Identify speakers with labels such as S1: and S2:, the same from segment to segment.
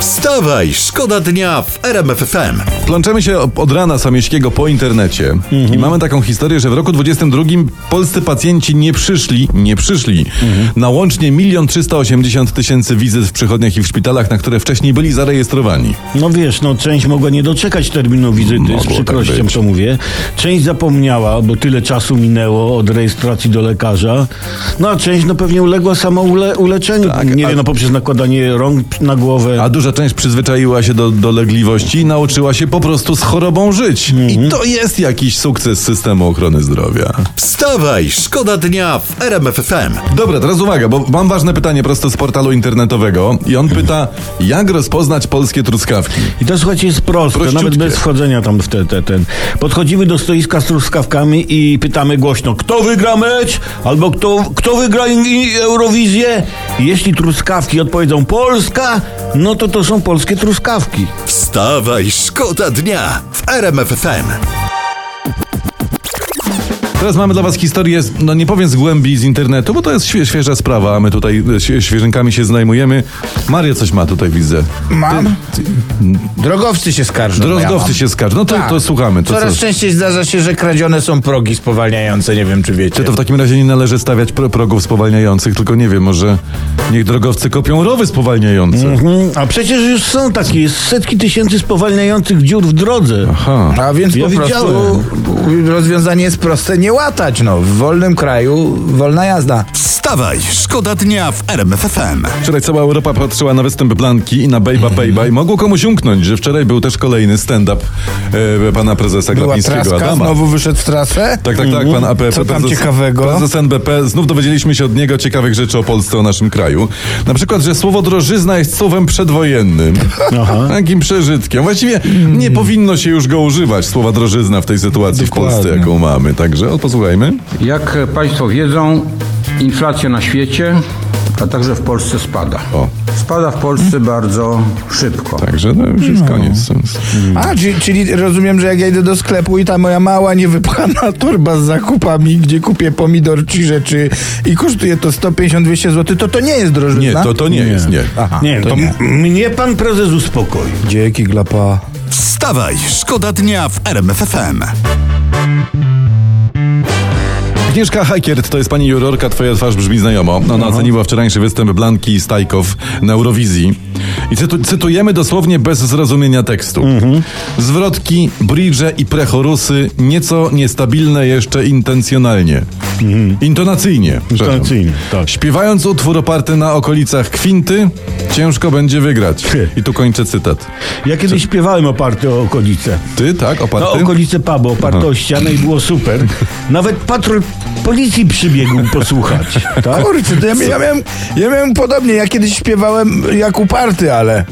S1: Wstawaj, szkoda dnia w RMF FM.
S2: Plączemy się op- od rana Samieśkiego po internecie i mamy taką historię, że w roku 22 polscy pacjenci nie przyszli, nie przyszli na łącznie 1 380 tysięcy wizyt w przychodniach i w szpitalach, na które wcześniej byli zarejestrowani.
S3: No wiesz, no część mogła nie doczekać terminu wizyty,
S2: Mogło
S3: z
S2: tak
S3: przykrością
S2: być.
S3: to mówię. Część zapomniała, bo tyle czasu minęło od rejestracji do lekarza. No a część no pewnie uległa samouleczeniu.
S2: Tak,
S3: nie
S2: a-
S3: wiem, no poprzez nakładanie rąk na głowę.
S2: A duża część przyzwyczaiła się do dolegliwości i nauczyła się po prostu z chorobą żyć. I to jest jakiś sukces systemu ochrony zdrowia.
S1: Wstawaj, szkoda dnia w RMF FM.
S2: Dobra, teraz uwaga, bo mam ważne pytanie prosto z portalu internetowego i on pyta, jak rozpoznać polskie truskawki?
S3: I to słuchajcie jest proste,
S2: Prościutkie.
S3: nawet bez wchodzenia tam w te, te, ten. Podchodzimy do stoiska z truskawkami i pytamy głośno, kto wygra mecz? Albo kto, kto wygra in- in- Eurowizję? I Jeśli truskawki odpowiedzą Polska, no to to są polskie truskawki.
S1: Wstawaj, szkoda dnia w RMF FM.
S2: Teraz mamy dla was historię, z- no nie powiem z głębi z internetu, bo to jest świe, świeża sprawa, a my tutaj e, świe- świeżynkami się zajmujemy. Maria coś ma tutaj, widzę.
S4: Mam? Drogowcy się skarżą.
S2: Drozgowcy
S4: ja
S2: się skarżą. No to,
S4: mam. Tak.
S2: to słuchamy. To,
S4: Coraz
S2: co?
S4: częściej zdarza się, że kradzione są progi spowalniające, nie wiem czy wiecie.
S2: Czy to w takim razie nie należy stawiać pro progów spowalniających, tylko nie wiem, może niech drogowcy kopią rowy spowalniające.
S4: Mm.
S3: Mhm, A przecież już są takie setki tysięcy spowalniających dziur w drodze.
S2: Ha.
S4: A więc
S3: Ja
S4: po prostu rozwiązanie jest proste, nie łatać, no. W wolnym kraju wolna jazda.
S1: Wstawaj, szkoda dnia w RMF FM.
S2: Wczoraj cała Europa patrzyła na występ Blanki i na Bejba
S4: Mhm.
S2: Bejba i mogło komuś umknąć, że wczoraj był też kolejny stand-up e, pana prezesa
S4: Była
S2: Glapińskiego
S4: traska,
S2: Adama.
S4: znowu wyszedł z trasę.
S2: Tak, tak, tak, pan AP.
S4: Mhm. Co tam
S2: prezes-
S4: ciekawego?
S2: Prezes NBP. Znów dowiedzieliśmy się od niego ciekawych rzeczy o Polsce, o naszym kraju. Na przykład, że słowo drożyzna jest słowem przedwojennym.
S3: Aha.
S2: Takim przeżytkiem. Właściwie nie
S4: Mhm.
S2: powinno się już go używać, słowa drożyzna w tej sytuacji w Polsce, jaką mamy. Także o, posłuchajmy.
S5: Jak Państwo wiedzą, inflacja na świecie, a także w Polsce spada.
S2: O.
S5: Spada w Polsce bardzo szybko.
S2: Także no, już jest koniec.
S4: A, czyli, czyli rozumiem, że jak ja idę do sklepu i ta moja mała, niewypchana torba z zakupami, gdzie kupię pomidor czy rzeczy i kosztuje to 150-200 zł, to to nie jest drożyzna?
S2: Nie, to, to nie, jest, nie.
S4: Aha,
S3: Nie, to,
S4: to, nie.
S3: m- mnie pan prezes uspokoi.
S4: Dzięki, glapa.
S1: Wstawaj, szkoda dnia w RMF FM.
S2: Agnieszka Hakiert to jest pani jurorka, twoja twarz brzmi znajomo. Ona oceniła wczorajszy występ Blanki Stajkow na Eurowizji. I cytu, cytujemy dosłownie bez zrozumienia tekstu.
S3: Mhm.
S2: Zwrotki, bridże i prechorusy nieco niestabilne jeszcze intencjonalnie. Intonacyjnie. przepraszam.
S3: Mhm. Intonacyjnie, tak.
S2: Śpiewając utwór oparty na okolicach kwinty, ciężko będzie wygrać.
S3: Hy.
S2: I tu kończę cytat.
S3: Ja kiedyś śpiewałem oparty o okolice.
S2: Ty, tak? Oparty?
S3: No, okolice pubu, oparte o ścianę i było super. Nawet patrol policji przybiegł posłuchać. Tak?
S4: Kurczę, to ja, mia- ja, miałem, ja miałem podobnie. Ja kiedyś śpiewałem jak uparty, ale...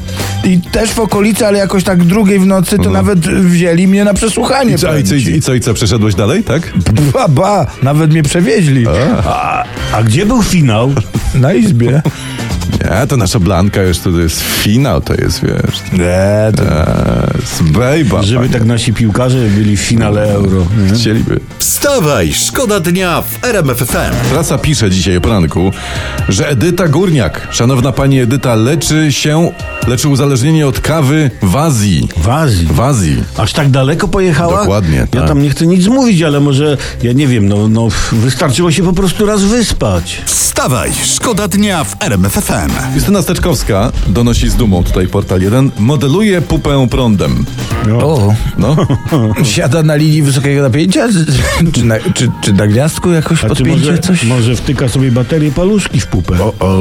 S4: I też w okolicy, ale jakoś tak drugiej w nocy, to nawet wzięli mnie na przesłuchanie.
S2: Mhm. I co, i, co, I co, i co, przeszedłeś dalej, tak?
S4: Ba, ba, nawet mnie przewieźli.
S3: A, a gdzie był finał?
S4: Na izbie.
S2: Nie, to nasza Blanka już to jest finał, to jest, wiesz...
S4: Nie, to
S2: E, Z Bejba.
S3: E, Żeby tak nasi piłkarze byli w finale euro. nie?
S2: Chcieliby.
S1: Wstawaj, szkoda dnia w RMF FM.
S2: Prasa pisze dzisiaj o poranku, że Edyta Górniak, szanowna pani Edyta, leczy się, leczy uzależnienie od kawy w Azji.
S3: W Azji.
S2: W Azji.
S3: Aż tak daleko pojechała?
S2: Dokładnie,
S3: Ja
S2: tak.
S3: tam nie chcę nic mówić, ale może, ja nie wiem, no, no wystarczyło się po prostu raz wyspać.
S1: Wstawaj, szkoda dnia w RMF FM.
S2: Justyna Steczkowska, donosi z dumą tutaj Portal 1, modeluje pupę prądem.
S4: O,
S2: No,
S4: siada na linii wysokiego napięcia? Z- Czy na, czy, czy na gniazdku jakoś
S3: A czy
S4: podpięcie
S3: może,
S4: coś?
S3: może wtyka sobie baterię paluszki w pupę?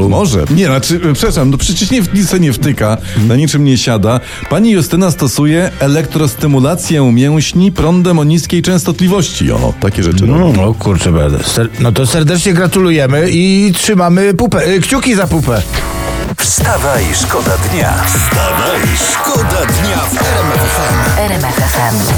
S2: może. Nie, znaczy, przepraszam, no przecież nie, nic se nie wtyka, na niczym nie siada. Pani Justyna stosuje elektrostymulację mięśni prądem o niskiej częstotliwości. O, takie rzeczy. robi.
S4: No kurczę, będę. Ser- no to serdecznie gratulujemy i trzymamy pupę. y, Kciuki za pupę.
S1: Wstawaj, szkoda dnia. Wstawaj, szkoda dnia w RMF FM.
S6: RMFFM.